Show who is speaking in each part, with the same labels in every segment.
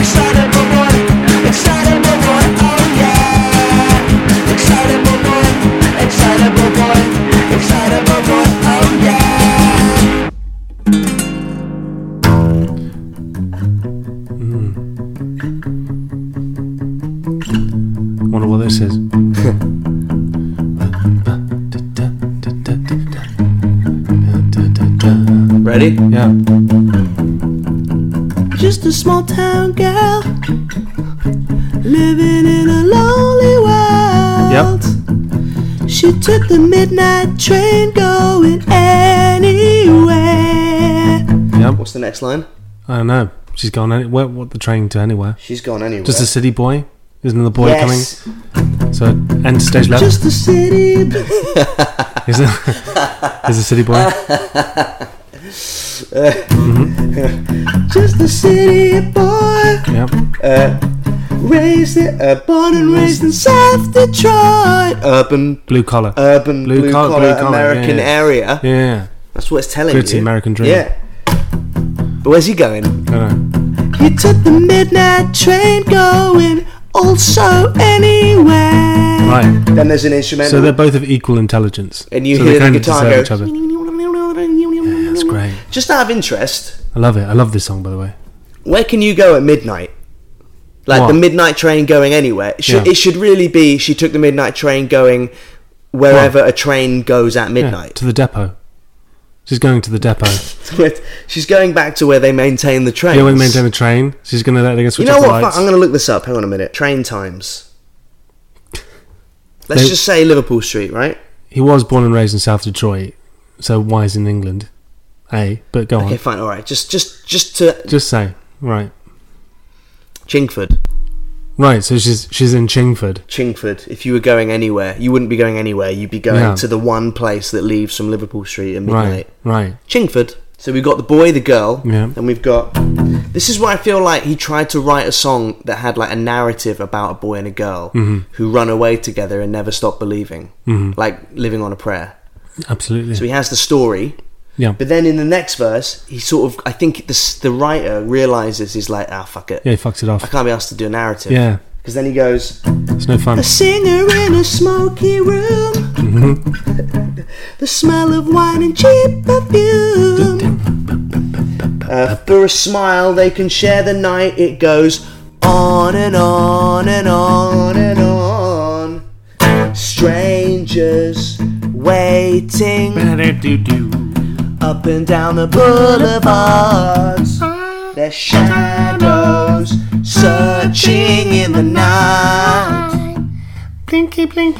Speaker 1: Excited my boy, excited my boy, excited my boy, oh yeah. Excited my boy, excited my boy, excited my boy, oh yeah.
Speaker 2: Wonder what this is.
Speaker 3: Ready?
Speaker 2: Yeah.
Speaker 1: Just a small town girl living in a lonely world. She took the midnight train going anywhere.
Speaker 2: Yep.
Speaker 3: What's the next line?
Speaker 2: I don't know. She's gone any- where what the train to anywhere.
Speaker 3: She's gone anywhere.
Speaker 2: Just a city boy. There's another boy
Speaker 3: yes.
Speaker 2: coming. So end stage left.
Speaker 1: Just a city.
Speaker 2: Is it?
Speaker 3: uh,
Speaker 2: Is a city boy?
Speaker 1: Just a city boy,
Speaker 2: Yep.
Speaker 3: Raised it, uh, born and raised in South Detroit. Urban,
Speaker 2: Blue collar.
Speaker 3: urban,
Speaker 2: Blue
Speaker 3: blue,
Speaker 2: collar-
Speaker 3: collar,
Speaker 2: blue collar,
Speaker 3: American
Speaker 2: yeah, yeah.
Speaker 3: area.
Speaker 2: yeah.
Speaker 3: That's what it's telling
Speaker 2: Gritty
Speaker 3: you.
Speaker 2: American dream.
Speaker 3: Yeah. But where's he going?
Speaker 2: I don't know.
Speaker 1: he took the midnight train going also anywhere.
Speaker 2: Right.
Speaker 3: Then there's an instrumental.
Speaker 2: So they're both of equal intelligence.
Speaker 3: and you
Speaker 2: so
Speaker 3: hear
Speaker 2: they
Speaker 3: the
Speaker 2: kind
Speaker 3: guitar
Speaker 2: of
Speaker 3: go.
Speaker 2: deserve each other. That's great.
Speaker 3: Just out of interest,
Speaker 2: I love it. I love this song, by the way.
Speaker 3: where can you go at midnight? Like
Speaker 2: What?
Speaker 3: the midnight train going anywhere. It should,
Speaker 2: Yeah.
Speaker 3: it should really be she took the midnight train going wherever a train goes at
Speaker 2: Yeah,
Speaker 3: midnight.
Speaker 2: to the depot. She's going to the depot.
Speaker 3: She's going back to where they maintain the trains.
Speaker 2: yeah, when they maintain the train, she's gonna they're gonna
Speaker 3: You
Speaker 2: switch
Speaker 3: know
Speaker 2: off
Speaker 3: what?
Speaker 2: the
Speaker 3: Fuck,
Speaker 2: lights.
Speaker 3: I'm going to look this up. Hang on a minute. Train times. Let's
Speaker 2: They-
Speaker 3: just say Liverpool Street, right?
Speaker 2: He was born and raised in South Detroit, so why is he in England? A, but go
Speaker 3: Okay,
Speaker 2: on.
Speaker 3: fine. All right. Just, just, just to
Speaker 2: Just say right,
Speaker 3: Chingford.
Speaker 2: right. So she's she's in Chingford.
Speaker 3: Chingford. If you were going anywhere, you wouldn't be going anywhere. You'd be going
Speaker 2: Yeah.
Speaker 3: to the one place that leaves from Liverpool Street at midnight.
Speaker 2: Right, right.
Speaker 3: Chingford. So we've got the boy, the girl,
Speaker 2: Yeah.
Speaker 3: and we've got. This is where I feel like he tried to write a song that had like a narrative about a boy and a girl
Speaker 2: Mm-hmm.
Speaker 3: who run away together and never stop believing, like living on a prayer.
Speaker 2: Absolutely.
Speaker 3: So he has the story,
Speaker 2: yeah.
Speaker 3: but then in the next verse, he sort of. I think the the writer realizes he's like, ah, fuck it,
Speaker 2: Yeah, he fucks it
Speaker 3: I
Speaker 2: off.
Speaker 3: can't be asked to do a narrative.
Speaker 2: Yeah,
Speaker 3: Because then he goes,
Speaker 2: it's no fun.
Speaker 1: A singer in a smoky room.
Speaker 2: Mm-hmm.
Speaker 1: the smell of wine and cheap perfume.
Speaker 3: Uh, for a smile, they can share the night. It goes on and on and on and on. Strangers waiting up and down the boulevards. Their shadows searching in the night.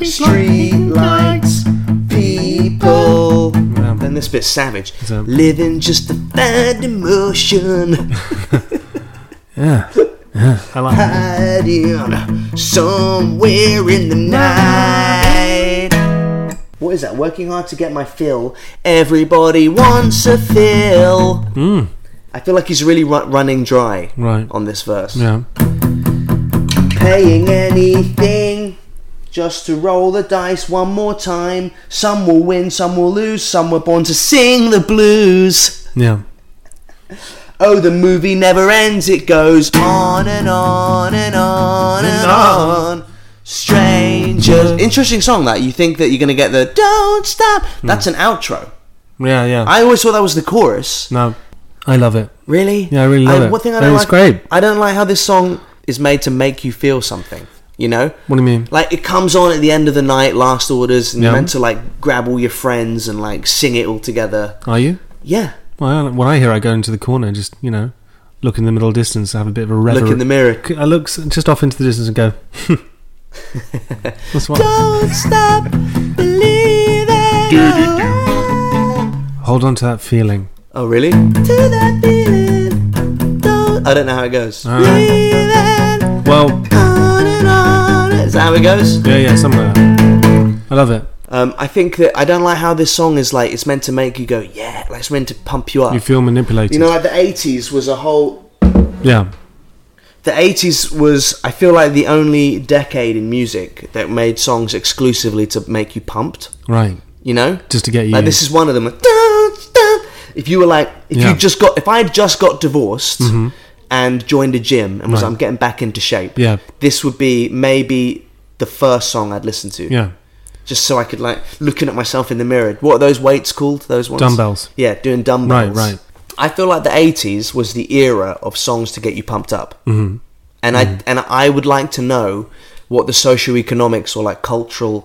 Speaker 3: Street lights, people. Then this bit's savage.
Speaker 2: So-
Speaker 3: Living just to find emotion,
Speaker 2: I like it.
Speaker 3: hiding somewhere in the night. What is that? Working hard to get my fill. Everybody wants a fill. I feel like he's really ru- running dry
Speaker 2: Right.
Speaker 3: on this verse.
Speaker 2: Yeah.
Speaker 3: Paying anything just to roll the dice one more time. Some will win, some will lose, some were born to sing the blues.
Speaker 2: Yeah.
Speaker 3: Oh, the movie never ends, it goes on and on and on and on. Strangers. Interesting song that. You think that you're going to get the don't stop. That's an outro.
Speaker 2: Yeah. Yeah.
Speaker 3: I always thought that was the chorus.
Speaker 2: no, I love it.
Speaker 3: Really?
Speaker 2: Yeah, I really love it.
Speaker 3: One thing I
Speaker 2: No,
Speaker 3: don't
Speaker 2: it's
Speaker 3: like,
Speaker 2: great.
Speaker 3: I don't like how this song is made to make you feel something, you know?
Speaker 2: What do you mean?
Speaker 3: Like it comes on at the end of the night, last orders, and
Speaker 2: Yeah.
Speaker 3: you're meant to like grab all your friends and like sing it all together.
Speaker 2: Are you?
Speaker 3: Yeah.
Speaker 2: Well, I don't- when I hear, I go into the corner, and just you know, look in the middle distance, have a bit of a rever-
Speaker 3: Look in the mirror.
Speaker 2: I look s- just off into the distance and go. That's what.
Speaker 1: Don't stop believing.
Speaker 2: Hold on to that feeling.
Speaker 3: Oh, really? To that feeling. Don't. I don't know how it goes.
Speaker 2: Ah.
Speaker 3: Leaving
Speaker 2: Well,
Speaker 3: on and on. Is that how it goes?
Speaker 2: yeah, yeah, something like that. I love it.
Speaker 3: Um, I think that I don't like how this song is like. It's meant to make you go, yeah. Like it's meant to pump you up.
Speaker 2: You feel manipulated.
Speaker 3: you know, like the '80s was a whole.
Speaker 2: yeah.
Speaker 3: the 80s was i feel like the only decade in music that made songs exclusively to make you pumped
Speaker 2: Right.
Speaker 3: you know
Speaker 2: Just to get you.
Speaker 3: like this is one of them like, dun, dun. if you were like if
Speaker 2: Yeah. Mm-hmm.
Speaker 3: you just got if i had just got divorced and joined a gym and was
Speaker 2: Right.
Speaker 3: i'm getting back into shape
Speaker 2: Yeah.
Speaker 3: this would be maybe the first song i'd listen to
Speaker 2: yeah.
Speaker 3: just so i could like looking at myself in the mirror what are those weights called those ones
Speaker 2: Dumbbells.
Speaker 3: yeah doing dumbbells
Speaker 2: Right, right.
Speaker 3: i feel like the 80s was the era of songs to get you pumped up mm-hmm and I and I would like to know what the socioeconomics or like cultural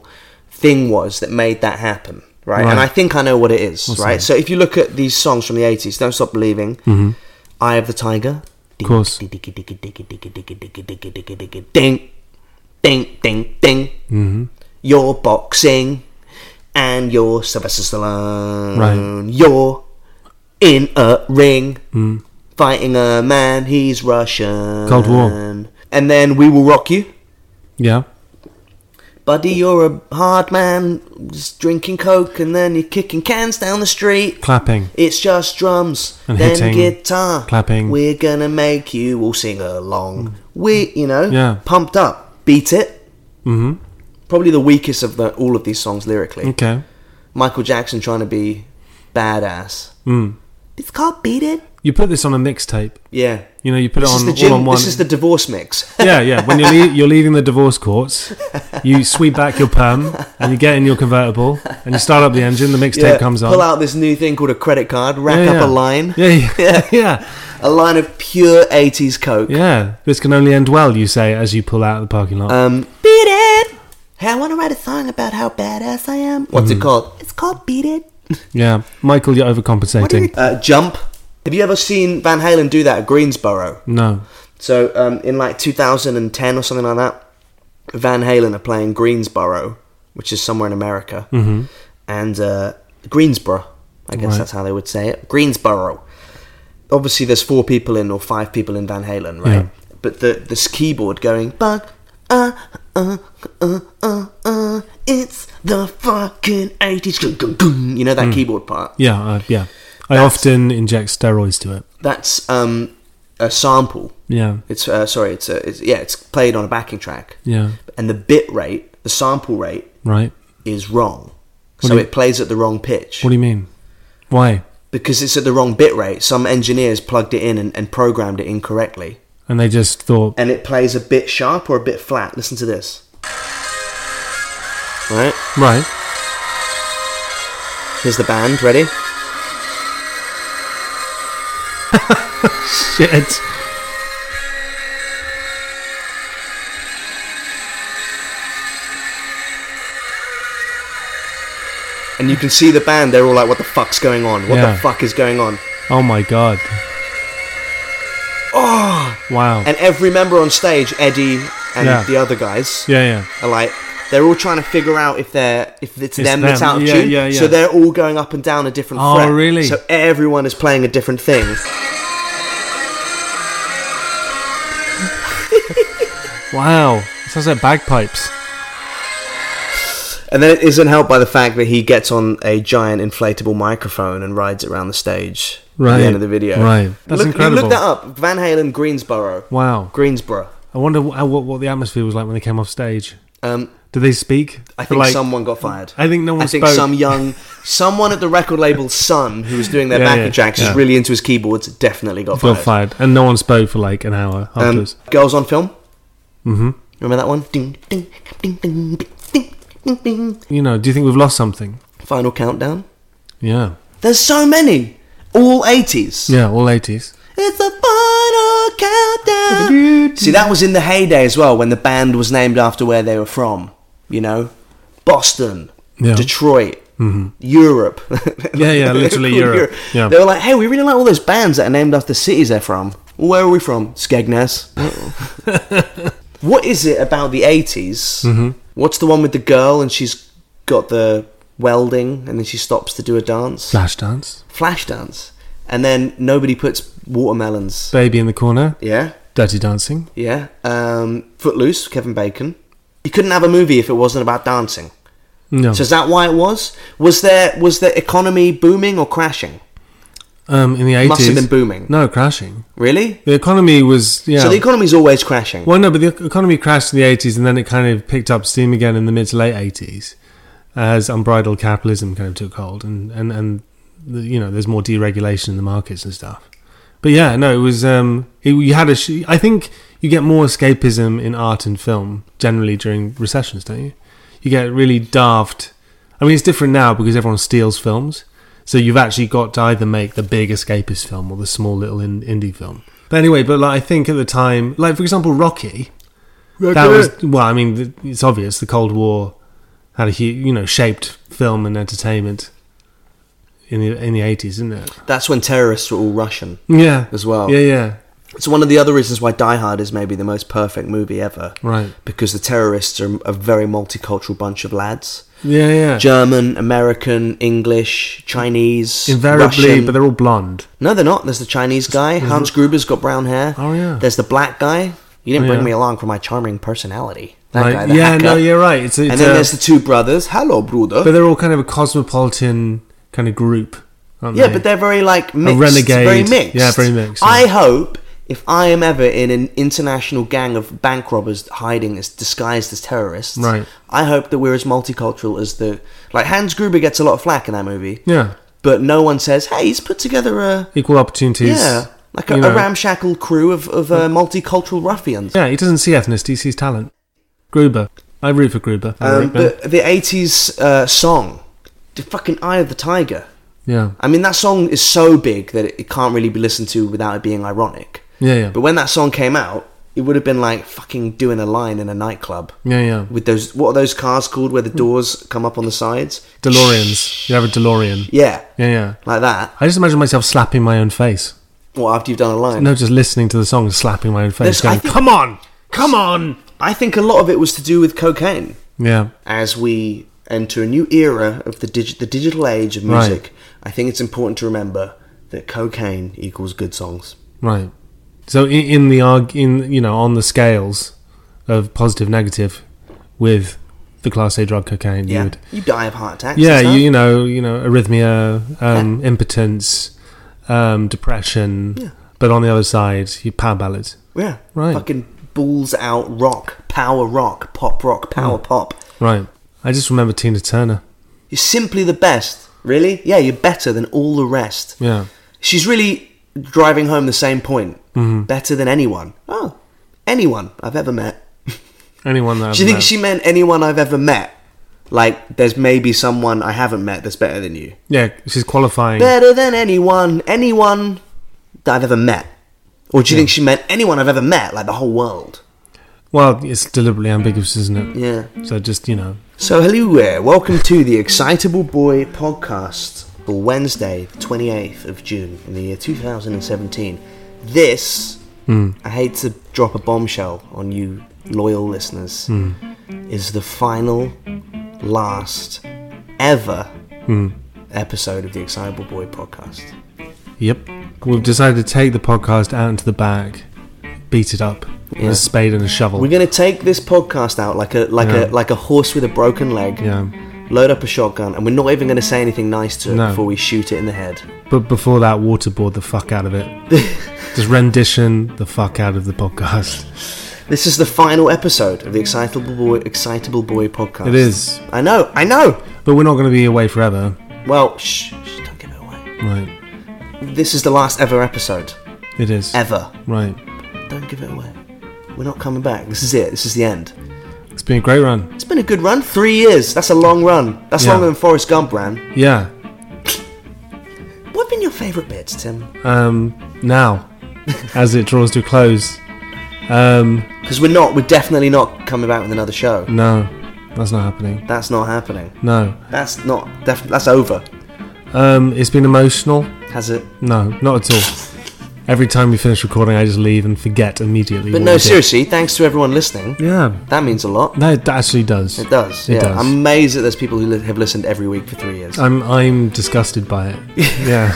Speaker 3: thing was that made that happen, right?
Speaker 2: Right.
Speaker 3: And I think I know what it is, right?
Speaker 2: that? Mm-hmm.
Speaker 3: So if you look at these songs from the eighties, "Don't Stop Believing," "Eye of the Tiger," of
Speaker 2: course.
Speaker 3: ding, ding, ding, ding,
Speaker 2: Mm-hmm.
Speaker 3: you're boxing, and you're Sylvester Stallone,
Speaker 2: Right. Mm.
Speaker 3: you're in a ring. Fighting a man, he's Russian.
Speaker 2: Cold War.
Speaker 3: And then we will rock you.
Speaker 2: Yeah.
Speaker 3: Buddy, you're a hard man, just drinking coke, and then you're kicking cans down the street.
Speaker 2: Clapping.
Speaker 3: It's just drums,
Speaker 2: And
Speaker 3: then
Speaker 2: hitting,
Speaker 3: guitar.
Speaker 2: clapping.
Speaker 3: We're gonna make you all sing along. We, you know,
Speaker 2: Yeah.
Speaker 3: pumped up, beat it. Mm-hmm. Probably the weakest of the, all of these songs lyrically.
Speaker 2: Okay.
Speaker 3: Michael Jackson trying to be badass. It's called Beat It.
Speaker 2: Mm. You put this on a mixtape.
Speaker 3: Yeah.
Speaker 2: You know, you put
Speaker 3: This
Speaker 2: it
Speaker 3: is
Speaker 2: on
Speaker 3: the
Speaker 2: all on
Speaker 3: gym.
Speaker 2: one.
Speaker 3: This is the divorce mix.
Speaker 2: yeah, yeah. When you're, lea- you're leaving the divorce courts, you sweep back your perm and you get in your convertible and you start up the engine. The mixtape
Speaker 3: Yeah,
Speaker 2: comes on.
Speaker 3: Pull out this new thing called a credit card. Rack
Speaker 2: yeah,
Speaker 3: up
Speaker 2: yeah.
Speaker 3: a line.
Speaker 2: Yeah, yeah, yeah, yeah,
Speaker 3: A line of pure 80s coke.
Speaker 2: yeah. This can only end well, you say, as you pull out of the parking lot.
Speaker 3: Um, beat it! Hey, I want to write a song about how badass I
Speaker 2: Mm-hmm.
Speaker 3: am. What's it called? It's called Beat It.
Speaker 2: yeah, Michael, you're
Speaker 3: What do you-
Speaker 2: overcompensating.
Speaker 3: uh, jump. Have you ever seen Van Halen do that at Greensboro?
Speaker 2: no,
Speaker 3: So um, in like 2010 or something like that, Van Halen are playing Greensboro, which is somewhere in America, mm-hmm. and uh, Greensboro. I guess
Speaker 2: Right.
Speaker 3: that's how they would say it. Greensboro. Obviously, there's four people in or five people in Van Halen, right? But the this keyboard going bug, uh, uh, uh, uh, uh, it's the fucking 80s. gung, gung, gung," You know that keyboard part.
Speaker 2: yeah, uh, yeah. I often inject steroids to it.
Speaker 3: That's um, a sample.
Speaker 2: Yeah,
Speaker 3: It's uh, sorry. It's, a, it's yeah. It's played on a backing track.
Speaker 2: yeah,
Speaker 3: and the bit rate, the sample rate,
Speaker 2: right.
Speaker 3: is wrong.
Speaker 2: What
Speaker 3: so
Speaker 2: do you-
Speaker 3: it plays at the wrong pitch
Speaker 2: What do you mean? Why?
Speaker 3: because it's at the wrong bit rate. Some engineers plugged it in and, and programmed it incorrectly,
Speaker 2: And they just thought,
Speaker 3: and it plays a bit sharp or a bit flat. Listen to this. Right,
Speaker 2: right,
Speaker 3: here's the band. Ready?
Speaker 2: shit.
Speaker 3: And you can see the band. They're all like, "What the fuck's going on? What
Speaker 2: Yeah.
Speaker 3: the fuck is going on?"
Speaker 2: Oh my god.
Speaker 3: Oh!
Speaker 2: Wow.
Speaker 3: And every member on stage, Eddie and
Speaker 2: Yeah.
Speaker 3: the other guys,
Speaker 2: yeah, yeah.
Speaker 3: are like they're all trying to figure out if they're if it's, them, that's
Speaker 2: them.
Speaker 3: out of
Speaker 2: Yeah,
Speaker 3: tune.
Speaker 2: yeah, yeah.
Speaker 3: So they're all going up and down a different
Speaker 2: Oh,
Speaker 3: fret.
Speaker 2: really?
Speaker 3: So everyone is playing a different thing.
Speaker 2: Wow. It sounds like bagpipes.
Speaker 3: And then it isn't helped by the fact that he gets on a giant inflatable microphone and rides it around the stage at
Speaker 2: Right.
Speaker 3: the end of the video.
Speaker 2: Right. That's
Speaker 3: look, You
Speaker 2: incredible.
Speaker 3: look that up. Van Halen Greensboro.
Speaker 2: Wow.
Speaker 3: Greensboro.
Speaker 2: I wonder wh- how, what, what the atmosphere was like when they came off stage.
Speaker 3: Um,
Speaker 2: Did they speak?
Speaker 3: I think
Speaker 2: Like-
Speaker 3: someone got fired.
Speaker 2: I think no one
Speaker 3: I think
Speaker 2: spoke.
Speaker 3: some young, someone at the record label's son who was doing their
Speaker 2: Yeah,
Speaker 3: backing
Speaker 2: yeah,
Speaker 3: tracks,
Speaker 2: yeah.
Speaker 3: is really into his keyboards, definitely got
Speaker 2: got fired, and no one spoke for like an hour
Speaker 3: Um,
Speaker 2: afterwards.
Speaker 3: Girls on Film. Mm-hmm. Remember that one? Ding, ding, ding, ding, ding, ding, ding, ding.
Speaker 2: you know, do you think we've lost something?
Speaker 3: Final Countdown.
Speaker 2: Yeah,
Speaker 3: There's so many. All 80s.
Speaker 2: yeah, all eighties.
Speaker 3: It's the final countdown. See, that was in the heyday as well when the band was named after where they were from. You know? Boston,
Speaker 2: Yeah.
Speaker 3: Detroit, Europe.
Speaker 2: Yeah, yeah, literally
Speaker 3: Cool,
Speaker 2: Europe. Yeah.
Speaker 3: They were like, hey, we really like all those bands that are named after cities they're from. Where are we from? Skegness. what is it about the 80s?
Speaker 2: Mm-hmm.
Speaker 3: What's the one with the girl and she's got the welding and then she stops to do a dance?
Speaker 2: Flashdance.
Speaker 3: Flashdance. and then nobody puts watermelons.
Speaker 2: Baby in the Corner,
Speaker 3: Yeah,
Speaker 2: Dirty Dancing.
Speaker 3: yeah. Um, Footloose, Kevin Bacon. You couldn't have a movie if it wasn't about dancing.
Speaker 2: No.
Speaker 3: So is that why it was? Was there was the economy booming or crashing?
Speaker 2: um, in the 80s.
Speaker 3: must have been booming.
Speaker 2: No, crashing.
Speaker 3: Really?
Speaker 2: The economy was, yeah.
Speaker 3: So the economy's always crashing.
Speaker 2: Well, no, but the economy crashed in the 80s and then it kind of picked up steam again in the mid to late 80s as unbridled capitalism kind of took hold and, and, and the, you know, there's more deregulation in the markets and stuff. But yeah, no, it was, um, it, you had a, sh- I think you get more escapism in art and film generally during recessions, don't you? You get really daft. I mean, it's different now because everyone steals films. So you've actually got to either make the big escapist film or the small little in- indie film. But anyway, but like I think at the time, like for example, Rocky. That was well. I mean, th- it's obvious the Cold War had a huge, you know, shaped film and entertainment in the in the eighties, isn't it?
Speaker 3: That's when terrorists were all Russian.
Speaker 2: Yeah,
Speaker 3: As well.
Speaker 2: Yeah, yeah,
Speaker 3: It's one of the other reasons why Die Hard is maybe the most perfect movie ever.
Speaker 2: Right.
Speaker 3: Because the terrorists are a very multicultural bunch of lads.
Speaker 2: yeah, yeah.
Speaker 3: German, American, English, Chinese,
Speaker 2: Invariably,
Speaker 3: Russian.
Speaker 2: but they're all blonde.
Speaker 3: no, they're not. There's the Chinese guy. Hans Gruber's got brown hair.
Speaker 2: Oh, yeah. Oh,
Speaker 3: There's the black guy. You didn't bring
Speaker 2: Yeah.
Speaker 3: me along for my charming personality. That
Speaker 2: Like,
Speaker 3: guy. The
Speaker 2: yeah,
Speaker 3: hacker.
Speaker 2: no, you're right. It's, it's
Speaker 3: And then
Speaker 2: a-
Speaker 3: there's the two brothers. Hello, brother.
Speaker 2: but they're all kind of a cosmopolitan kind of group, aren't
Speaker 3: Yeah,
Speaker 2: they?
Speaker 3: but they're very like mixed,
Speaker 2: renegade.
Speaker 3: very mixed.
Speaker 2: Yeah, very mixed,
Speaker 3: I
Speaker 2: yeah.
Speaker 3: hope if I am ever in an international gang of bank robbers hiding as disguised as terrorists,
Speaker 2: Right.
Speaker 3: I hope that we're as multicultural as the like Hans Gruber gets a lot of flack in that movie,
Speaker 2: yeah,
Speaker 3: but no one says, "Hey, he's put together a
Speaker 2: equal opportunities.
Speaker 3: yeah, like a,
Speaker 2: you
Speaker 3: a
Speaker 2: know.
Speaker 3: ramshackle crew of of uh, multicultural ruffians."
Speaker 2: Yeah, he doesn't see ethnicity; he sees talent. Gruber, I root for Gruber. I
Speaker 3: Um,
Speaker 2: root for him.
Speaker 3: but the '80s uh, song, the fucking "Eye of the Tiger."
Speaker 2: yeah,
Speaker 3: I mean, that song is so big that it- it can't really be listened to without it being ironic.
Speaker 2: yeah, yeah,
Speaker 3: But when that song came out, it would have been like fucking doing a line in a nightclub
Speaker 2: yeah, yeah.
Speaker 3: with those what are those cars called where the
Speaker 2: Hmm.
Speaker 3: doors come up on the sides?
Speaker 2: DeLoreans. You have a DeLorean.
Speaker 3: Yeah,
Speaker 2: Yeah, yeah.
Speaker 3: like that.
Speaker 2: I just imagine myself slapping my own face.
Speaker 3: Well, after you've done a line,
Speaker 2: No, just listening to the song, and slapping my own face,
Speaker 3: This- I
Speaker 2: going,
Speaker 3: think-
Speaker 2: "Come on, come on!"
Speaker 3: I think a lot of it was to do with cocaine.
Speaker 2: Yeah,
Speaker 3: As we enter a new era of the digi- the digital age of
Speaker 2: Right.
Speaker 3: music, I think it's important to remember that cocaine equals good songs.
Speaker 2: right. So in, in the arg, in you know, on the scales of positive, negative, with the class A drug cocaine, you
Speaker 3: Yeah,
Speaker 2: would,
Speaker 3: you die of heart attacks.
Speaker 2: yeah, you,
Speaker 3: and stuff.
Speaker 2: you know, you know, arrhythmia, um, impotence, um, depression.
Speaker 3: Yeah.
Speaker 2: But on the other side, you power ballads.
Speaker 3: yeah,
Speaker 2: Right.
Speaker 3: Fucking balls out rock, power rock, pop rock, power
Speaker 2: Mm.
Speaker 3: pop.
Speaker 2: Right. I just remember Tina Turner.
Speaker 3: You're simply the best. Really? Yeah, you're better than all the rest.
Speaker 2: Yeah.
Speaker 3: She's really driving home the same point.
Speaker 2: Mm-hmm.
Speaker 3: Better than anyone. Oh, anyone I've ever met.
Speaker 2: Anyone that
Speaker 3: Do you
Speaker 2: I've
Speaker 3: think
Speaker 2: met.
Speaker 3: she meant anyone I've ever met? Like, there's maybe someone I haven't met that's better than you.
Speaker 2: Yeah, she's qualifying.
Speaker 3: Better than anyone, anyone that I've ever met. Or do you think she meant anyone I've ever met, like the whole world?
Speaker 2: Well, it's deliberately ambiguous, isn't it?
Speaker 3: Yeah.
Speaker 2: So just you know,
Speaker 3: So, hello there. Welcome to the Excitable Boy podcast for Wednesday, the 28th of June in the year 2017. This, I hate to drop a bombshell on you loyal listeners, is the final, last, ever episode of the Excitable Boy podcast.
Speaker 2: yep, we've decided to take the podcast out into the back, beat it up with
Speaker 3: Yeah.
Speaker 2: a spade and a shovel.
Speaker 3: We're going to take this podcast out like a like
Speaker 2: Yeah.
Speaker 3: a like a horse with a broken leg.
Speaker 2: yeah,
Speaker 3: Load up a shotgun, and we're not even going to say anything nice to it
Speaker 2: No.
Speaker 3: before we shoot it in the head.
Speaker 2: but before that, waterboard the fuck out of it. just rendition the fuck out of the podcast.
Speaker 3: This is the final episode of the Excitable Boy, Excitable Boy podcast.
Speaker 2: It is,
Speaker 3: I know. I know.
Speaker 2: but we're not going to be away forever,
Speaker 3: Well, shh, shh, don't give it away.
Speaker 2: right?
Speaker 3: This is the last ever episode
Speaker 2: It is,
Speaker 3: ever.
Speaker 2: right?
Speaker 3: Don't give it away. We're not coming back. This is it. This is the end.
Speaker 2: It's been a great run.
Speaker 3: It's been a good run. Three years. That's a long run. That's
Speaker 2: Yeah.
Speaker 3: longer than Forrest Gump ran.
Speaker 2: Yeah.
Speaker 3: What have been your favourite bits, Tim?
Speaker 2: Um. Now, as it draws to a close. Um.
Speaker 3: Because we're not. We're definitely not coming back with another show.
Speaker 2: No, that's not happening.
Speaker 3: That's not happening.
Speaker 2: No.
Speaker 3: That's not. Def- that's over.
Speaker 2: Um. It's been emotional.
Speaker 3: Has it?
Speaker 2: No, not at all. Every time we finish recording, I just leave and forget immediately.
Speaker 3: But
Speaker 2: what
Speaker 3: no,
Speaker 2: we did.
Speaker 3: seriously. Thanks to everyone listening.
Speaker 2: Yeah,
Speaker 3: That means a lot.
Speaker 2: no, it actually does.
Speaker 3: It does. Uh,
Speaker 2: It
Speaker 3: yeah.
Speaker 2: does.
Speaker 3: I'm amazed that there's people who li- have listened every week for three years.
Speaker 2: I'm I'm disgusted by it. Yeah,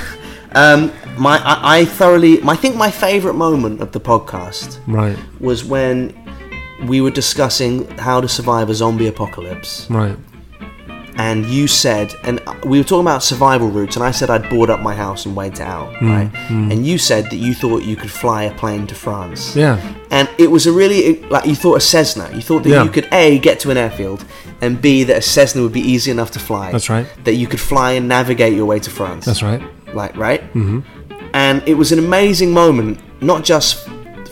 Speaker 3: Um, my I, I thoroughly I think my favorite moment of the podcast
Speaker 2: Right,
Speaker 3: was when we were discussing how to survive a zombie apocalypse
Speaker 2: right.
Speaker 3: and you said and we were talking about survival routes and I said I'd board up my house and wait it out
Speaker 2: Hmm,
Speaker 3: right and you said that you thought you could fly a plane to France
Speaker 2: Yeah.
Speaker 3: and it was a really like you thought a Cessna. You thought that
Speaker 2: Yeah.
Speaker 3: you could a get to an airfield, and b that a Cessna would be easy enough to fly.
Speaker 2: That's right.
Speaker 3: That you could fly and navigate your way to France.
Speaker 2: That's right.
Speaker 3: Like right. Mm-hmm. And it was an amazing moment, not just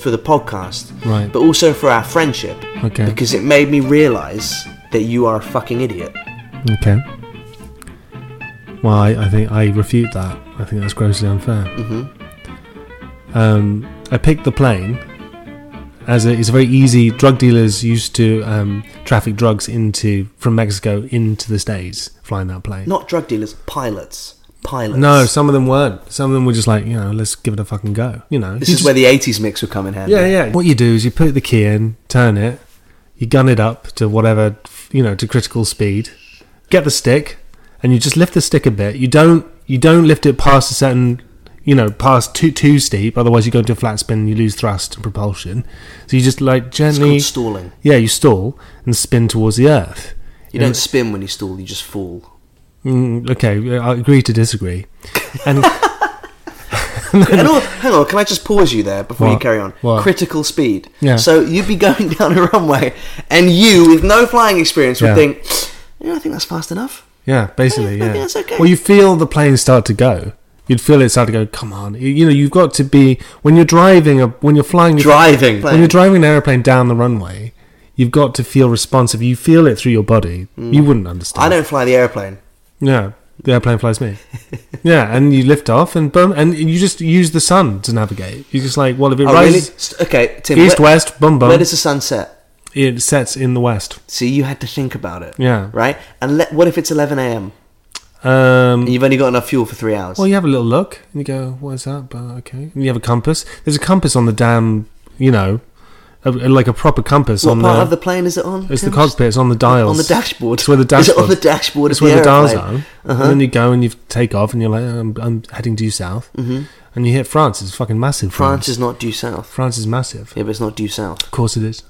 Speaker 3: for the podcast,
Speaker 2: Right.
Speaker 3: but also for our friendship.
Speaker 2: Okay.
Speaker 3: Because it made me realize that you are a fucking idiot.
Speaker 2: Okay. Well, I, I think I refute that. I think that's grossly unfair. Mm-hmm.
Speaker 3: Mm-hmm.
Speaker 2: Um, I picked the plane as a, it's very easy. Drug dealers used to um, traffic drugs into from Mexico into the states flying that plane.
Speaker 3: Not drug dealers, pilots. Pilots.
Speaker 2: no, some of them weren't. Some of them were just like, you know, let's give it a fucking go. You know,
Speaker 3: This
Speaker 2: You
Speaker 3: is
Speaker 2: just-
Speaker 3: where the '80s mix will come in handy.
Speaker 2: yeah, yeah. What you do is you put the key in, turn it, you gun it up to whatever, you know, to critical speed. Get the stick, and you just lift the stick a bit. You don't you don't lift it past a certain, you know, past too too steep. Otherwise, you go into a flat spin, and you lose thrust and propulsion. So you just like
Speaker 3: It's
Speaker 2: gently,
Speaker 3: called stalling.
Speaker 2: yeah, you stall and spin towards the earth.
Speaker 3: You don't spin when you stall; you just fall.
Speaker 2: Mm, okay, I agree to disagree. And
Speaker 3: And all- hang on, can I just pause you there before you
Speaker 2: What?
Speaker 3: carry on?
Speaker 2: What?
Speaker 3: Critical speed.
Speaker 2: Yeah.
Speaker 3: So you'd be going down a runway, and you, with no flying experience, would
Speaker 2: Yeah.
Speaker 3: think, "Yeah, I think that's fast enough."
Speaker 2: Yeah, basically,
Speaker 3: Yeah,
Speaker 2: yeah.
Speaker 3: maybe that's okay.
Speaker 2: Well, you feel the plane start to go. You'd feel it start to go. Come on, you you know, you've got to be when you're driving a when you're flying
Speaker 3: Driving.
Speaker 2: when you're driving an airplane down the runway. You've got to feel responsive. You feel it through your body. You wouldn't understand.
Speaker 3: Mm. I don't fly the airplane.
Speaker 2: Yeah, the airplane flies me. yeah, and you lift off, and boom, and you just use the sun to navigate. You're just like, well, if it
Speaker 3: Oh, really?
Speaker 2: rises
Speaker 3: S- Okay, Tim.
Speaker 2: east,
Speaker 3: where,
Speaker 2: west, boom, boom,
Speaker 3: where does the sun set?
Speaker 2: it sets in the west.
Speaker 3: See, you had to think about it.
Speaker 2: Yeah.
Speaker 3: Right. And le- what if it's 11 a.m.
Speaker 2: Um,
Speaker 3: and you've only got enough fuel for three hours?
Speaker 2: Well, you have a little look and you go, "What is that?" But okay, and you have a compass. There's a compass on the damn, you know, a, a- like a proper compass
Speaker 3: what
Speaker 2: on
Speaker 3: part
Speaker 2: the.
Speaker 3: of the plane is it on?
Speaker 2: it's the
Speaker 3: Tim?
Speaker 2: cockpit. It's on the dials.
Speaker 3: On the dashboard.
Speaker 2: It's where the
Speaker 3: Is
Speaker 2: dashboard.
Speaker 3: it on the dashboard?
Speaker 2: It's
Speaker 3: of
Speaker 2: where the dials are.
Speaker 3: airplane? Uh-huh.
Speaker 2: And then you go and you take off and you're like, "Oh, "I'm, I'm heading due south," mm-hmm. and you hit France. It's fucking massive.
Speaker 3: France is not due south.
Speaker 2: France is massive.
Speaker 3: Yeah, but it's not due south.
Speaker 2: Of course it is.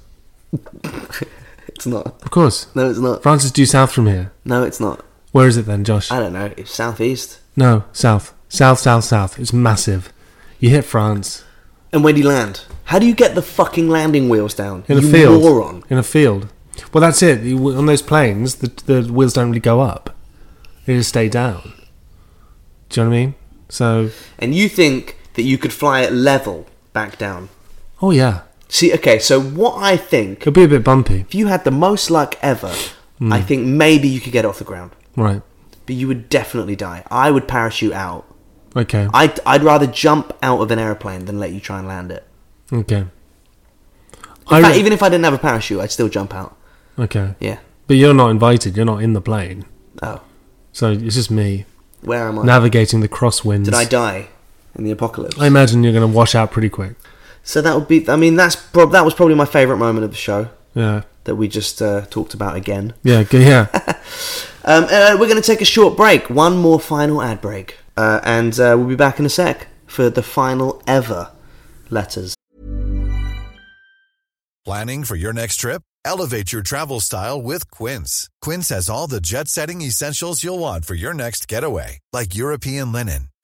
Speaker 3: It's not.
Speaker 2: Of course,
Speaker 3: No, it's not.
Speaker 2: France is due south from here.
Speaker 3: No, it's not.
Speaker 2: Where is it then, Josh?
Speaker 3: I don't know. It's southeast.
Speaker 2: no, south, south, south, south. It's massive. You hit France
Speaker 3: And where do you land? How do you get the fucking landing wheels down?
Speaker 2: in a
Speaker 3: you
Speaker 2: field.
Speaker 3: moron.
Speaker 2: In a field. Well, that's it. You- On those planes, the, the wheels don't really go up; they just stay down. Do you know what I mean? So,
Speaker 3: And you think that you could fly it level back down.
Speaker 2: oh yeah,
Speaker 3: See, okay, so what I think,
Speaker 2: it'll be a bit bumpy,
Speaker 3: if you had the most luck ever,
Speaker 2: Hmm.
Speaker 3: I think maybe you could get off the ground.
Speaker 2: right?
Speaker 3: But you would definitely die. I would parachute out.
Speaker 2: Okay,
Speaker 3: I'd, I'd rather jump out of an aeroplane than let you try and land it.
Speaker 2: okay.
Speaker 3: In fact,
Speaker 2: re-
Speaker 3: even if I didn't have a parachute, I'd still jump out.
Speaker 2: okay,
Speaker 3: Yeah.
Speaker 2: but you're not invited. You're not in the plane,
Speaker 3: Oh,
Speaker 2: so it's just me
Speaker 3: where am I?
Speaker 2: navigating the crosswinds.
Speaker 3: Did I die in the apocalypse?
Speaker 2: I imagine you're going to wash out pretty quick.
Speaker 3: So that would be. I mean, that's prob- that was probably my favourite moment of the show
Speaker 2: Yeah,
Speaker 3: that we just uh, talked about again.
Speaker 2: yeah, g- yeah.
Speaker 3: Um, uh, we're going to take a short break, one more final ad break, uh, and uh, we'll be back in a sec for the final ever letters.
Speaker 4: Planning for your next trip? Elevate your travel style with Quince. Quince has all the jet setting essentials you'll want for your next getaway, like European linen,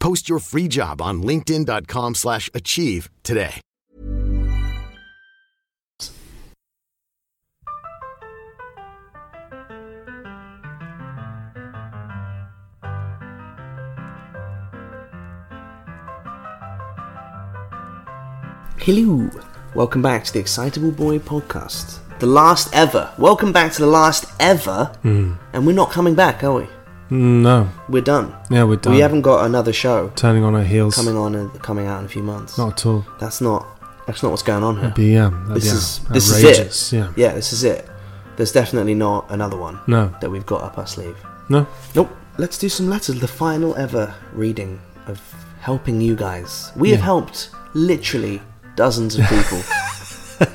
Speaker 5: Post your free job on linkedin.com/achieve slash achieve today.
Speaker 3: Hello. Welcome back to the Excitable Boy podcast. The last ever. Welcome back to the last ever. And we're not coming back, are we?
Speaker 2: Mm, Hmm. No.
Speaker 3: We're done.
Speaker 2: Yeah, we're done.
Speaker 3: We haven't got another show
Speaker 2: turning on our heels.
Speaker 3: coming on and coming out in a few months.
Speaker 2: Not at all.
Speaker 3: That's not. That's not what's going on here.
Speaker 2: That'd be um, that'd
Speaker 3: this
Speaker 2: be
Speaker 3: is
Speaker 2: ou-
Speaker 3: this
Speaker 2: outrageous.
Speaker 3: is it.
Speaker 2: Yeah.
Speaker 3: yeah, this is it. There's definitely not another one
Speaker 2: No.
Speaker 3: that we've got up our sleeve.
Speaker 2: No.
Speaker 3: Nope. Let's do some letters. The final ever reading of helping you guys. We have
Speaker 2: Yeah.
Speaker 3: helped literally dozens of people.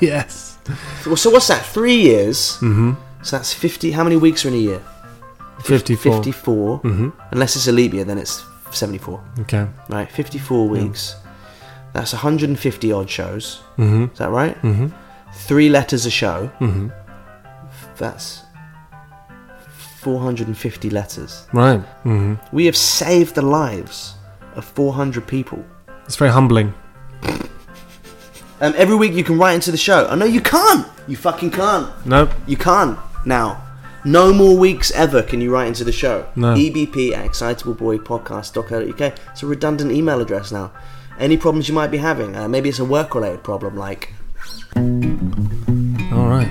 Speaker 2: yes.
Speaker 3: Well, so what's that? Three years. Mm-hmm. So that's fifty. How many weeks are in a year?
Speaker 2: 54.
Speaker 3: 54 Unless it's a leap year, then it's seventy-four.
Speaker 2: Okay.
Speaker 3: Right, fifty-four weeks. That's one hundred and fifty odd shows. Mm-hmm. Is that right? Mm-hmm. Three letters a show. Mm-hmm. That's four hundred and fifty letters.
Speaker 2: Right. hmm
Speaker 3: We have saved the lives of four hundred people.
Speaker 2: It's very humbling.
Speaker 3: Um, every week you can write into the show. I know you can't. You fucking can't.
Speaker 2: Nope.
Speaker 3: You can't now. No more weeks ever can you write into the show.
Speaker 2: No.
Speaker 3: EBP at excitableboypodcast.co.uk. It's a redundant email address now. Any problems you might be having, uh, maybe it's a work related problem, like
Speaker 2: All right.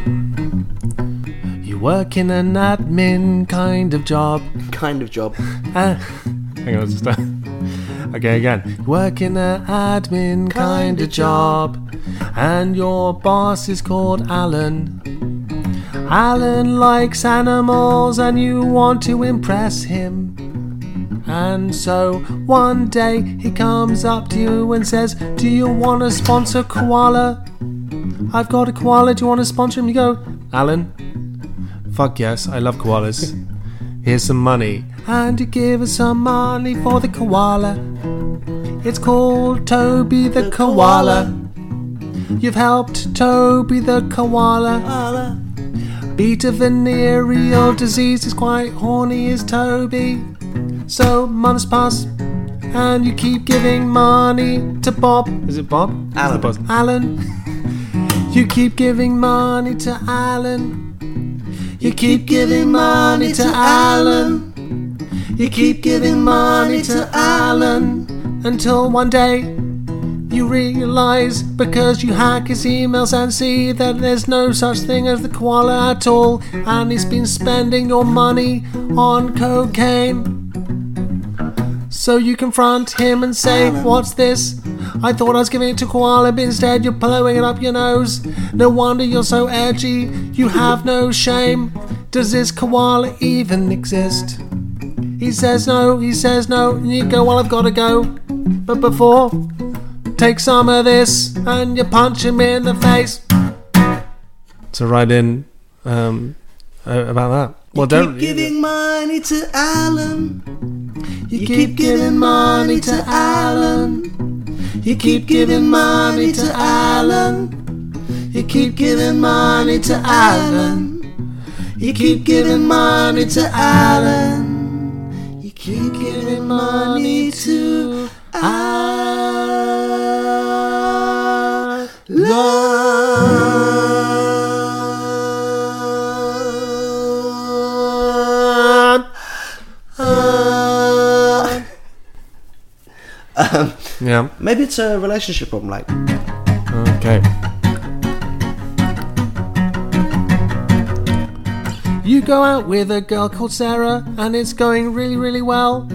Speaker 2: You work in an admin kind of job.
Speaker 3: kind of job.
Speaker 2: Ah. Hang on, just okay again. Work in an admin kind of job, and your boss is called Alan. Alan likes animals, and you want to impress him. And so one day he comes up to you and says, "Do you want to sponsor koala? I've got a koala. Do you want to sponsor him?" You go, Alan. Fuck yes, I love koalas. Here's some money. And you give us some money for the koala. It's called Toby the, koala. You've helped Toby the koala. Beat a venereal disease. He's quite horny, is Toby. So months pass, and you keep giving money to Bob. Is it Bob?
Speaker 3: Alan.
Speaker 2: Is it Bob? Alan. you keep giving money to Alan. You keep giving money to Alan. You keep giving money to Alan. Until one day you realize because you hack his emails and see that there's no such thing as the koala at all. And he's been spending your money on cocaine. So you confront him and say, What's this? I thought I was giving it to Koala, but instead you're blowing it up your nose. No wonder you're so edgy. You have no shame. Does this koala even exist? He says no, he says no, and you go, Well, I've got to go. But before, take some of this, and you punch him in the face. So, write in um, about that. Well,
Speaker 3: Keep giving money to Alan.
Speaker 2: You keep giving money to Alan. You keep giving money to Alan. You keep giving money to Alan. You keep giving money to Alan. You keep giving money to Alan. Yeah.
Speaker 3: Maybe it's a relationship problem, like
Speaker 2: Okay. You go out with a girl called Sarah, and it's going really, really well.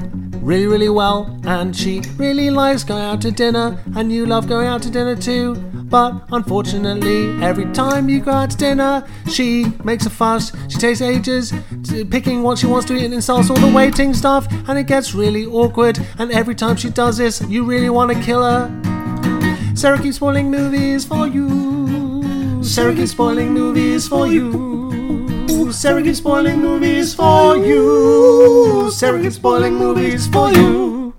Speaker 2: Really, really well. And she really likes going out to dinner, and you love going out to dinner too. But unfortunately, every time you go out to dinner, she makes a fuss. She takes ages to picking what she wants to eat and insults all the waiting staff, and it gets really awkward. And every time she does this, you really want to kill her. Sarah keeps spoiling movies for you. Sarah keeps spoiling movies for you. Sarah keeps spoiling movies for you. Sarah keeps spoiling movies for you.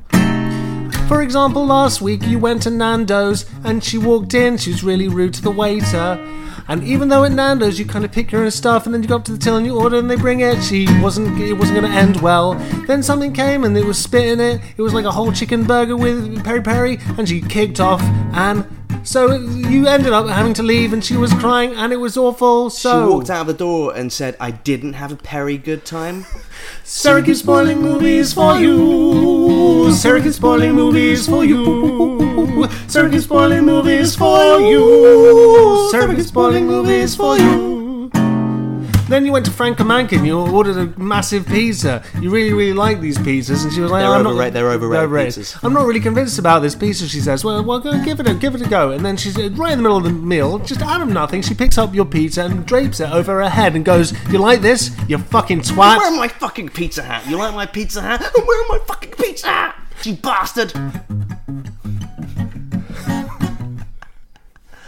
Speaker 2: For example, last week you went to Nando's and she walked in, she was really rude to the waiter. And even though at Nando's you kind of pick your own stuff and then you go up to the till and you order and they bring it, she wasn't it wasn't gonna end well. Then something came and it was spit in it. It was like a whole chicken burger with peri peri and she kicked off and so you ended up having to leave and she was crying and it was awful. So
Speaker 3: she walked out of the door and said, "I didn't have a Perry good time."
Speaker 2: Sarah keeps spoiling movies for you.
Speaker 6: Circus spoiling movies for you. Circus spoiling movies for you. Circus spoiling movies for you. Then you went to Frank Mankin. You ordered a massive pizza. You really, really like these pizzas, and she was like,
Speaker 3: They're
Speaker 6: "I'm not-
Speaker 3: overrated- they're overrated pizzas."
Speaker 6: I'm not really convinced about this pizza." She says, "Well, well, go give it a give it a go." And then she's uh, right in the middle of the meal, just out of nothing, she picks up your pizza and drapes it over her head and goes, "You like this? You fucking twat!"
Speaker 3: Where my fucking pizza hat? You like my pizza hat? And where my fucking pizza hat? You bastard!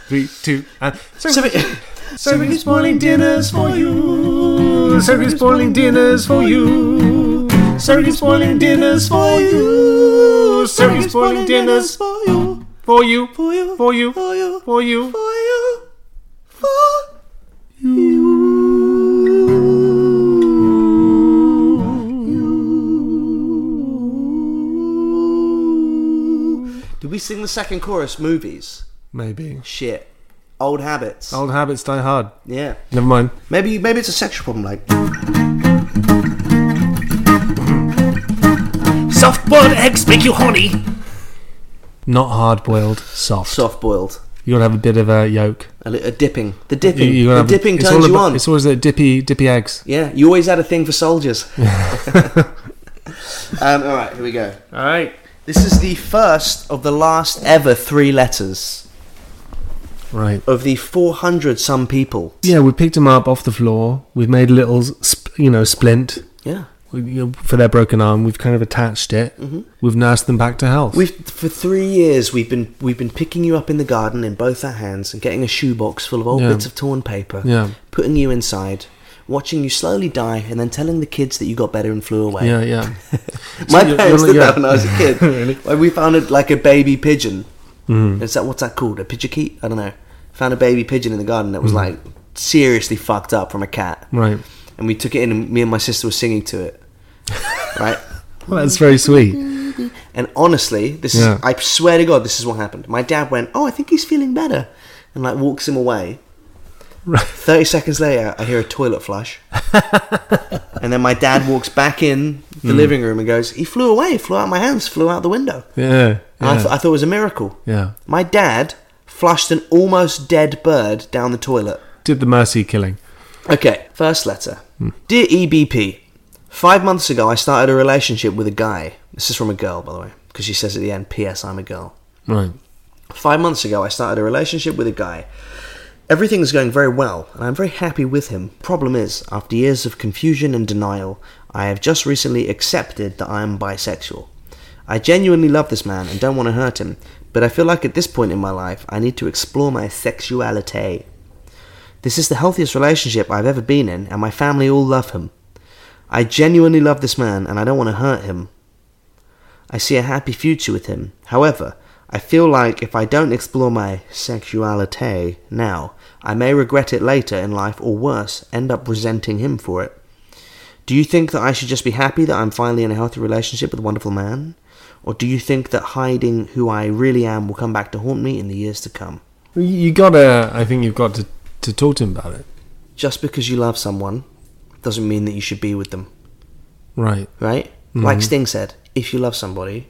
Speaker 6: Three, two, and
Speaker 3: So we-
Speaker 6: Serving spoiling dinners for you. Serving spoiling dinners for you. Serving spoiling dinners for you. Serving spoiling dinners
Speaker 3: for you,
Speaker 6: for you.
Speaker 3: for you,
Speaker 6: For you.
Speaker 3: for you,
Speaker 6: For you.
Speaker 3: for you, for you. Did we sing the second chorus? Movies.
Speaker 6: Maybe.
Speaker 3: Shit. Old habits.
Speaker 6: Old habits die hard.
Speaker 3: Yeah.
Speaker 6: Never mind.
Speaker 3: Maybe maybe it's a sexual problem, like. Soft boiled eggs make you horny.
Speaker 6: Not hard boiled, soft.
Speaker 3: Soft boiled.
Speaker 6: You gotta have a bit of a yolk.
Speaker 3: A, li- a dipping. The dipping.
Speaker 6: You- you gotta
Speaker 3: the
Speaker 6: have-
Speaker 3: dipping
Speaker 6: it's
Speaker 3: turns
Speaker 6: all
Speaker 3: you
Speaker 6: about-
Speaker 3: on.
Speaker 6: It's always the dippy, dippy eggs.
Speaker 3: Yeah, you always had a thing for soldiers. um, all right, here we go.
Speaker 6: All right.
Speaker 3: This is the first of the last ever three letters
Speaker 6: Right.
Speaker 3: of the 400 some people.
Speaker 6: Yeah, we picked them up off the floor. We've made a little, sp- you know, splint
Speaker 3: Yeah.
Speaker 6: you know, for their broken arm. We've kind of attached it. We've nursed them back to health.
Speaker 3: Mm-hmm. We've for three years we've been we've been picking you up in the garden in both our hands and getting a shoebox full of old
Speaker 6: Yeah.
Speaker 3: bits of torn paper,
Speaker 6: Yeah.
Speaker 3: putting you inside, watching you slowly die, and then telling the kids that you got better and flew away.
Speaker 6: Yeah, yeah.
Speaker 3: My
Speaker 6: So you're-
Speaker 3: parents
Speaker 6: you're-
Speaker 3: did
Speaker 6: yeah.
Speaker 3: that when I was a kid.
Speaker 6: Really?
Speaker 3: When we found it like a baby pigeon. Mm. Is that what's that called? A pigeon I don't know. Found a baby pigeon in the garden that was
Speaker 6: Mm.
Speaker 3: like seriously fucked up from a cat,
Speaker 6: Right.
Speaker 3: and we took it in, and me and my sister were singing to it, right?
Speaker 6: Well, that's very sweet.
Speaker 3: And honestly, this
Speaker 6: Yeah.
Speaker 3: is, I swear to God, this is what happened. My dad went, Oh, I think he's feeling better. And like walks him away.
Speaker 6: Right.
Speaker 3: 30 seconds later, I hear a toilet flush. and then my dad walks back in the
Speaker 6: Hmm.
Speaker 3: living room and goes, He flew away, flew out my hands, flew out the window.
Speaker 6: Yeah.
Speaker 3: And I,
Speaker 6: Yeah.
Speaker 3: th- I thought it was a miracle.
Speaker 6: yeah.
Speaker 3: My dad flushed an almost dead bird down the toilet.
Speaker 6: Did the mercy killing.
Speaker 3: Okay, first letter. Dear EBP, five months ago I started a relationship with a guy. This is from a girl, by the way, because she says at the end, P.S. I'm a girl.
Speaker 6: Right.
Speaker 3: Five months ago, I started a relationship with a guy. Everything is going very well, and I'm very happy with him. Problem is, after years of confusion and denial, I have just recently accepted that I am bisexual. I genuinely love this man and don't want to hurt him, but I feel like at this point in my life, I need to explore my sexuality. This is the healthiest relationship I've ever been in, and my family all love him. I genuinely love this man, and I don't want to hurt him. I see a happy future with him. However, I feel like if I don't explore my sexuality now, I may regret it later in life or worse, end up resenting him for it. Do you think that I should just be happy that I'm finally in a healthy relationship with a wonderful man? Or do you think that hiding who I really am will come back to haunt me in the years to come?
Speaker 6: You- You gotta. I think you've got to to talk to him about it.
Speaker 3: Just because you love someone doesn't mean that you should be with them,
Speaker 6: Right.
Speaker 3: right? Like Sting said, if you love somebody,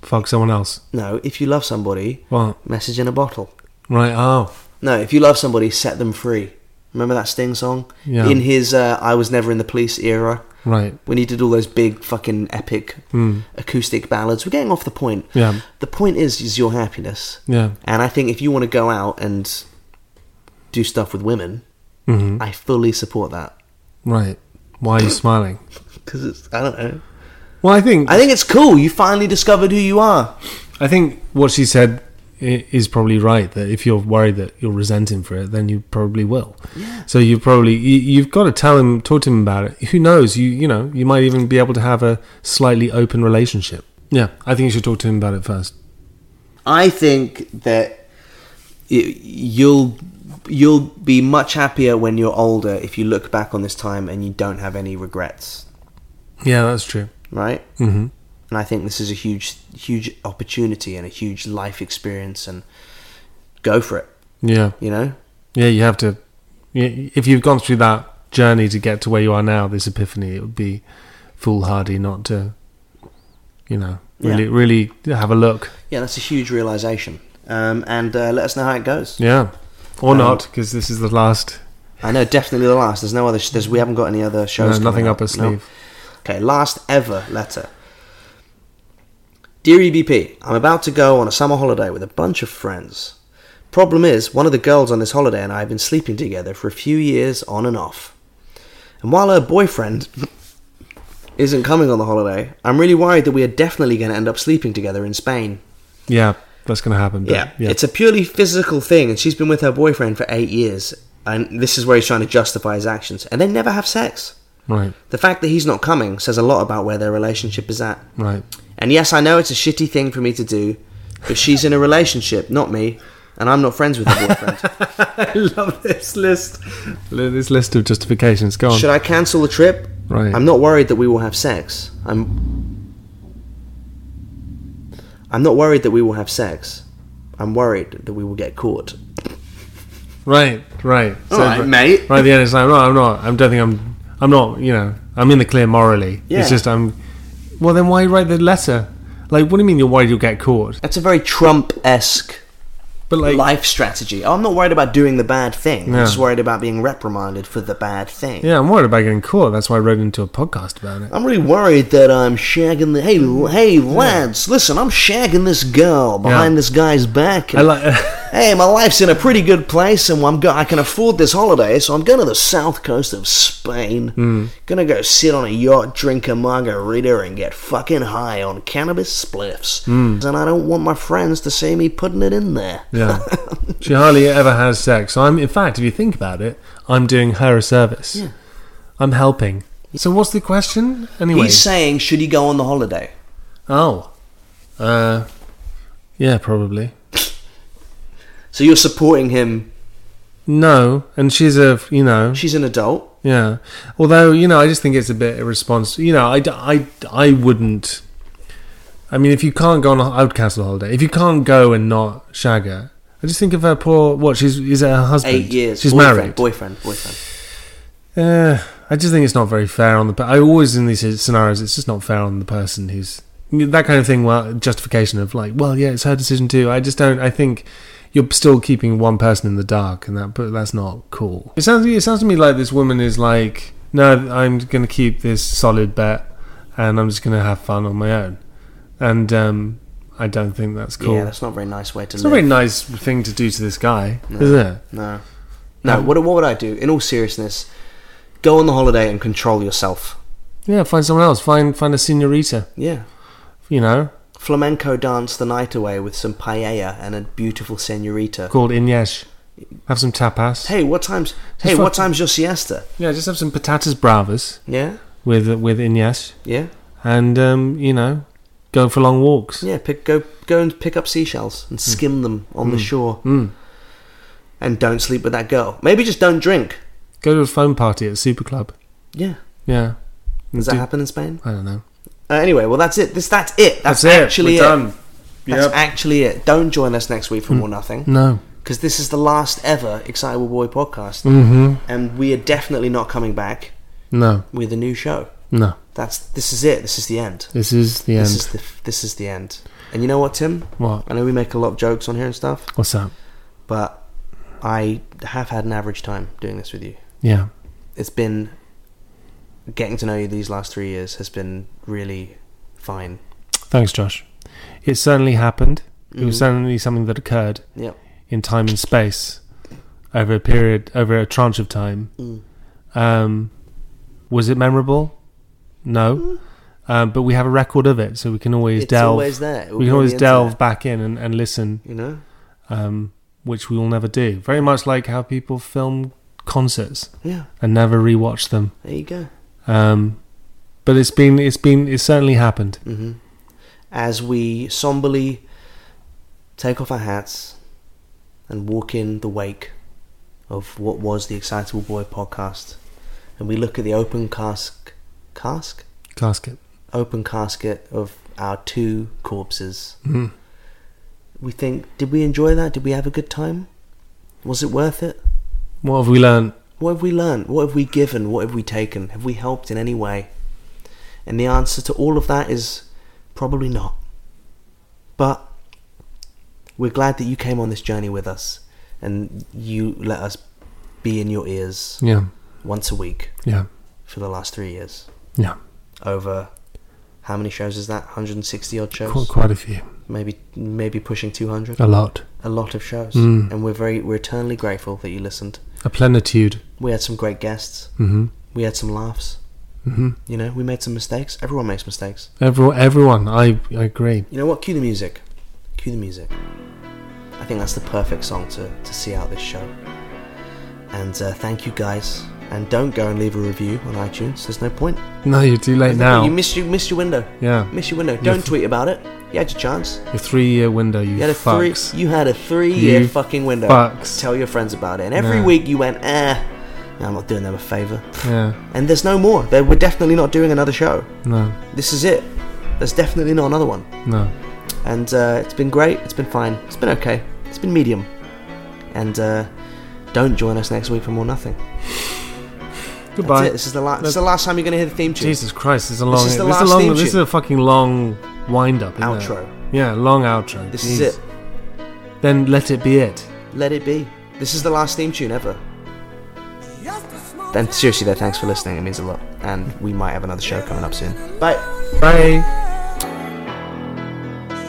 Speaker 6: Fuck someone else.
Speaker 3: no, if you love somebody,
Speaker 6: What?
Speaker 3: message in a bottle.
Speaker 6: Right. Oh.
Speaker 3: No, if you love somebody, set them free. Remember that Sting song?
Speaker 6: Yeah.
Speaker 3: In his uh, I Was Never in the Police era,
Speaker 6: Right.
Speaker 3: when he did all those big fucking epic acoustic ballads. We're getting off the point.
Speaker 6: Hmm. Yeah.
Speaker 3: The point is, is your happiness.
Speaker 6: Yeah.
Speaker 3: And I think if you want to go out and do stuff with women,
Speaker 6: Mhm.
Speaker 3: I fully support that.
Speaker 6: Right. Why are you smiling?
Speaker 3: Because it's, I don't know.
Speaker 6: Well, I think
Speaker 3: I think it's cool. You finally discovered who you are.
Speaker 6: I think what she said i- is probably right. That if you're worried that you'll resent him for it, then you probably will. So you probably you, you've got to tell him, talk to him about it. Who knows? You you know you might even be able to have a slightly open relationship. Yeah, I think you should talk to him about it first.
Speaker 3: I think that y- you'll you'll be much happier when you're older if you look back on this time and you don't have any regrets,
Speaker 6: Yeah, that's true.
Speaker 3: right?
Speaker 6: hmm
Speaker 3: And I think this is a huge huge opportunity and a huge life experience and go for it,
Speaker 6: Yeah,
Speaker 3: you know?
Speaker 6: yeah. You have to y- if you've gone through that journey to get to where you are now. This epiphany, it would be foolhardy not to you know,
Speaker 3: Yeah.
Speaker 6: really, really have a look.
Speaker 3: Yeah, that's a huge realization. Um, and uh, let us know how it goes.
Speaker 6: Yeah, or
Speaker 3: Um,
Speaker 6: not because this is the last.
Speaker 3: I know, definitely the last. There's no other. Sh- there's, we haven't got any other
Speaker 6: No,
Speaker 3: shows.
Speaker 6: uh, nothing
Speaker 3: coming
Speaker 6: up our
Speaker 3: No.
Speaker 6: sleeve.
Speaker 3: Okay, last ever letter. Dear EBP, I'm about to go on a summer holiday with a bunch of friends. Problem is, one of the girls on this holiday and I have been sleeping together for a few years on and off. And while her boyfriend isn't coming on the holiday, I'm really worried that we are definitely going to end up sleeping together in Spain.
Speaker 6: Yeah, that's going to happen. But,
Speaker 3: Yeah, it's a purely physical thing, and she's been with her boyfriend for eight years. And this is where he's trying to justify his actions. And they never have sex.
Speaker 6: right,
Speaker 3: The fact that he's not coming says a lot about where their relationship is at.
Speaker 6: right.
Speaker 3: And yes, I know it's a shitty thing for me to do, but she's in a relationship, not me, and I'm not friends with her boyfriend.
Speaker 6: I love this list. This list of justifications. Go on.
Speaker 3: Should I cancel the trip?
Speaker 6: Oh. Right.
Speaker 3: I'm not worried that we will have sex. I'm I'm not worried that we will have sex. I'm worried that we will get caught.
Speaker 6: Right, right.
Speaker 3: All right, mate.
Speaker 6: Right at the end, it's like, no, I'm not. I don't think I'm. I'm not. You know, I'm in the clear morally.
Speaker 3: Yeah.
Speaker 6: It's just I'm. Well, then why write the letter? Like, what do you mean you're worried you'll get caught?
Speaker 3: That's a very Trump esque
Speaker 6: But like,
Speaker 3: life strategy. I'm not worried about doing the bad thing.
Speaker 6: Yeah.
Speaker 3: I'm just worried about being reprimanded for the bad thing.
Speaker 6: yeah, I'm worried about getting caught. That's why I wrote into a podcast about it.
Speaker 3: I'm really worried that I'm shagging the. Hey, l- hey, lads, listen, I'm shagging this girl behind
Speaker 6: Yeah.
Speaker 3: this guy's back.
Speaker 6: I
Speaker 3: and-
Speaker 6: like.
Speaker 3: hey, my life's in a pretty good place, and I'm go- I can afford this holiday, so I'm going to the south coast of Spain.
Speaker 6: Hmm.
Speaker 3: Gonna go sit on a yacht, drink a margarita, and get fucking high on cannabis spliffs.
Speaker 6: Hmm.
Speaker 3: And I don't want my friends to see me putting it in there.
Speaker 6: yeah. She hardly ever has sex. So I'm. In fact, if you think about it, I'm doing her a service.
Speaker 3: Yeah.
Speaker 6: I'm helping. So what's the question anyway?
Speaker 3: He's saying, should he go on the holiday?
Speaker 6: oh. Uh. Yeah, probably.
Speaker 3: So you're supporting him.
Speaker 6: No, and she's a you know
Speaker 3: She's an adult.
Speaker 6: Yeah. Although, you know, I just think it's a bit irresponsible. You know, I, d- I, I wouldn't. I mean, if you can't go on, a, I would cancel the holiday. If you can't go and not shag her, I just think of her poor. What she's is it her husband?
Speaker 3: Eight years.
Speaker 6: She's
Speaker 3: boyfriend,
Speaker 6: married.
Speaker 3: Boyfriend, boyfriend.
Speaker 6: Uh, I just think it's not very fair on the. pe- I always in these scenarios, it's just not fair on the person who's that kind of thing. Well, justification of like, well, yeah, it's her decision too. I just don't. I think you're still keeping one person in the dark, and that, but that's not cool. It sounds. It sounds to me like this woman is like, no, I'm going to keep this solid bet, and I'm just going to have fun on my own, and um, I don't think that's cool.
Speaker 3: Yeah, that's not a very nice way to
Speaker 6: it's not a
Speaker 3: live.
Speaker 6: very nice thing to do to this guy, is it?
Speaker 3: No. No, what, what would I do? In all seriousness, go on the holiday and control yourself.
Speaker 6: Yeah, find someone else. Find find a senorita.
Speaker 3: Yeah.
Speaker 6: You know,
Speaker 3: Flamenco dance the night away with some paella and a beautiful senorita.
Speaker 6: called Inyesh. Have some tapas.
Speaker 3: Hey, what time's Hey, what
Speaker 6: fuck-
Speaker 3: time's your siesta?
Speaker 6: Yeah, just have some patatas bravas
Speaker 3: Yeah?
Speaker 6: with with Inyesh,
Speaker 3: Yeah?
Speaker 6: and um, you know, go for long walks.
Speaker 3: Yeah, pick go go and pick up seashells and
Speaker 6: Hmm.
Speaker 3: skim them on the shore.
Speaker 6: Mm.
Speaker 3: And don't sleep with that girl. Maybe just don't drink.
Speaker 6: Go to a phone party at Super Club.
Speaker 3: Yeah.
Speaker 6: Yeah,
Speaker 3: Does that
Speaker 6: Do-
Speaker 3: happen in Spain?
Speaker 6: I don't know.
Speaker 3: Uh, anyway, well that's it. This that's it. That's, actually
Speaker 6: We're done.
Speaker 3: That's
Speaker 6: Yep. Hmm.
Speaker 3: actually it. Don't join us next week for More Nothing.
Speaker 6: No.
Speaker 3: because this is the last ever Excitable Boy podcast,
Speaker 6: Mm-hmm.
Speaker 3: and we are definitely not coming back
Speaker 6: No.
Speaker 3: with a new show.
Speaker 6: No.
Speaker 3: That's this is it. This is the end.
Speaker 6: This is the
Speaker 3: This
Speaker 6: end.
Speaker 3: is the this is the end. And you know what, Tim?
Speaker 6: What?
Speaker 3: I know we make a lot of jokes on here and stuff,
Speaker 6: What's up?
Speaker 3: but I have had an average time doing this with you.
Speaker 6: Yeah.
Speaker 3: It's been getting to know you these last three years has been really fine.
Speaker 6: Thanks, Josh. It certainly happened. It
Speaker 3: Mm.
Speaker 6: was certainly something that occurred.
Speaker 3: Yep.
Speaker 6: in time and space over a period over a tranche of time.
Speaker 3: Mm.
Speaker 6: Um, was it memorable? No, um, but we have a record of it, so we can always
Speaker 3: Mm. It's
Speaker 6: delve.
Speaker 3: always there. It will
Speaker 6: We
Speaker 3: be
Speaker 6: can
Speaker 3: on
Speaker 6: always
Speaker 3: the
Speaker 6: delve
Speaker 3: internet.
Speaker 6: back in and, and listen,
Speaker 3: You know.
Speaker 6: um, which we will never do. Very much like how people film concerts
Speaker 3: Yeah.
Speaker 6: and never rewatch them.
Speaker 3: There you go.
Speaker 6: Um, but it's been it's been it's certainly happened.
Speaker 3: as we somberly take off our hats and walk in the wake of what was the Excitable Boy podcast, and we look at the open cask, cask,
Speaker 6: Casket.
Speaker 3: open casket of our two corpses. We think, did we enjoy that? Did we have a good time? Was it worth it?
Speaker 6: What have we learned?
Speaker 3: What have we learned? What have we given? What have we taken? Have we helped in any way? And the answer to all of that is Probably not. But we're glad that you came on this journey with us and you let us be in your ears
Speaker 6: Yeah.
Speaker 3: once a week
Speaker 6: Yeah.
Speaker 3: for the last three years.
Speaker 6: Yeah.
Speaker 3: Over how many shows is that? 160 odd shows?
Speaker 6: Quite, quite a few.
Speaker 3: Maybe maybe pushing 200?
Speaker 6: A lot.
Speaker 3: A lot of shows.
Speaker 6: Mm.
Speaker 3: And we're very we're eternally grateful that you listened.
Speaker 6: A plenitude.
Speaker 3: We had some great guests.
Speaker 6: Mm-hmm.
Speaker 3: We had some laughs.
Speaker 6: Mm-hmm.
Speaker 3: You know, we made some mistakes. Everyone makes mistakes.
Speaker 6: Everyone, everyone. I, I agree.
Speaker 3: You know what? Cue the music. Cue the music. I think that's the perfect song to, to see out this show. And uh, thank you guys. And don't go and leave a review on iTunes. There's no point.
Speaker 6: No, you're too late now.
Speaker 3: You missed you missed your window.
Speaker 6: yeah.
Speaker 3: Missed your window. Don't
Speaker 6: f-
Speaker 3: tweet about it. You had your chance.
Speaker 6: Your three-year window. You,
Speaker 3: You had a
Speaker 6: fucks.
Speaker 3: three. You had a three-year
Speaker 6: You
Speaker 3: fucking window.
Speaker 6: fucks.
Speaker 3: Tell your friends about it. And every
Speaker 6: Yeah.
Speaker 3: week you went, eh. No, I'm not doing them a favor.
Speaker 6: yeah.
Speaker 3: And there's no more. There- We're definitely not doing another show.
Speaker 6: No.
Speaker 3: This is it. There's definitely not another one.
Speaker 6: No.
Speaker 3: and uh, it's been great. It's been fine. It's been okay. It's been medium. And uh, don't join us next week for more nothing. That's
Speaker 6: Goodbye.
Speaker 3: it. This is the last. This is the last time you're going to hear the theme tune.
Speaker 6: Jesus Christ! This is a long. This
Speaker 3: is
Speaker 6: is,
Speaker 3: the
Speaker 6: a
Speaker 3: last
Speaker 6: long.
Speaker 3: theme
Speaker 6: This is
Speaker 3: tune.
Speaker 6: a fucking long wind-up. isn't it?
Speaker 3: Outro.
Speaker 6: Yeah, long outro.
Speaker 3: This
Speaker 6: Jeez.
Speaker 3: is it.
Speaker 6: Then let it be it.
Speaker 3: Let it be. This is the last theme tune ever. And seriously, though, thanks for listening. It means a lot. And we might have another show coming up soon. Bye.
Speaker 6: Bye.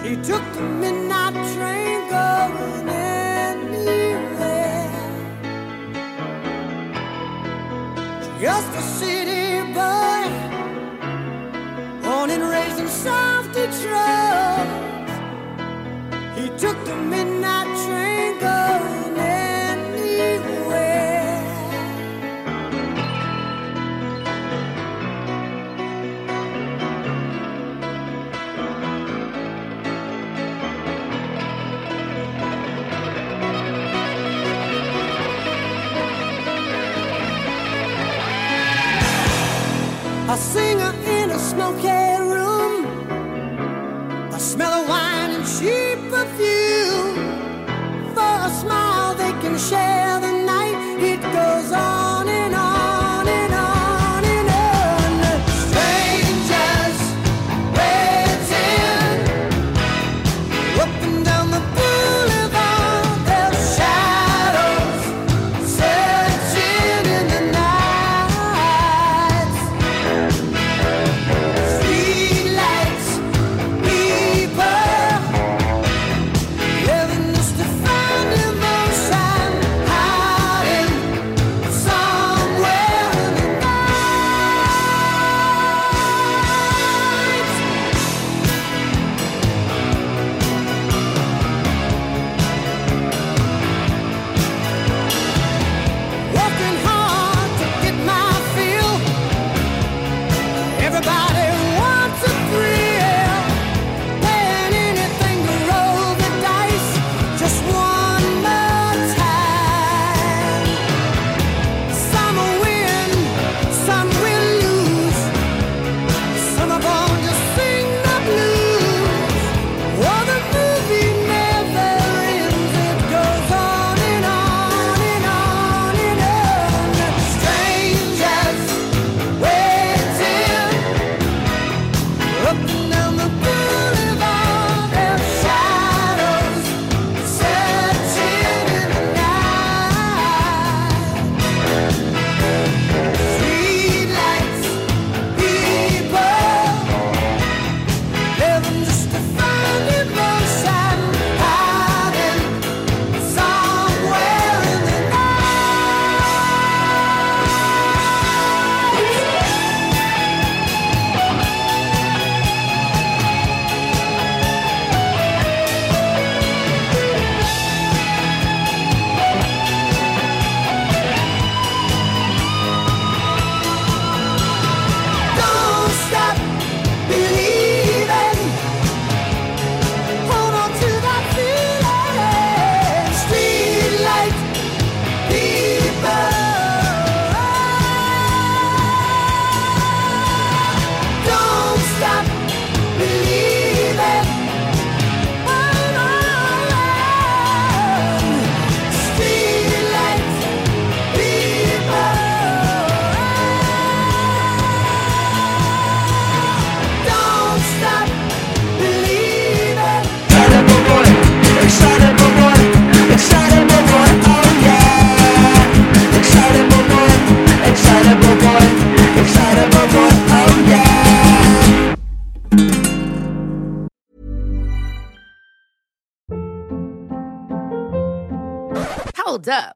Speaker 4: He took the midnight train going anywhere. Just a city boy, born and raised in South Detroit. He took the midnight train going anywhere. A singer in a smoky room. A smell of wine and cheap perfume. For a smile they can share the night. It goes on and on and on and on. Strangers waiting. Up and down the boulevard, there's shadows searching in the night. Thank up.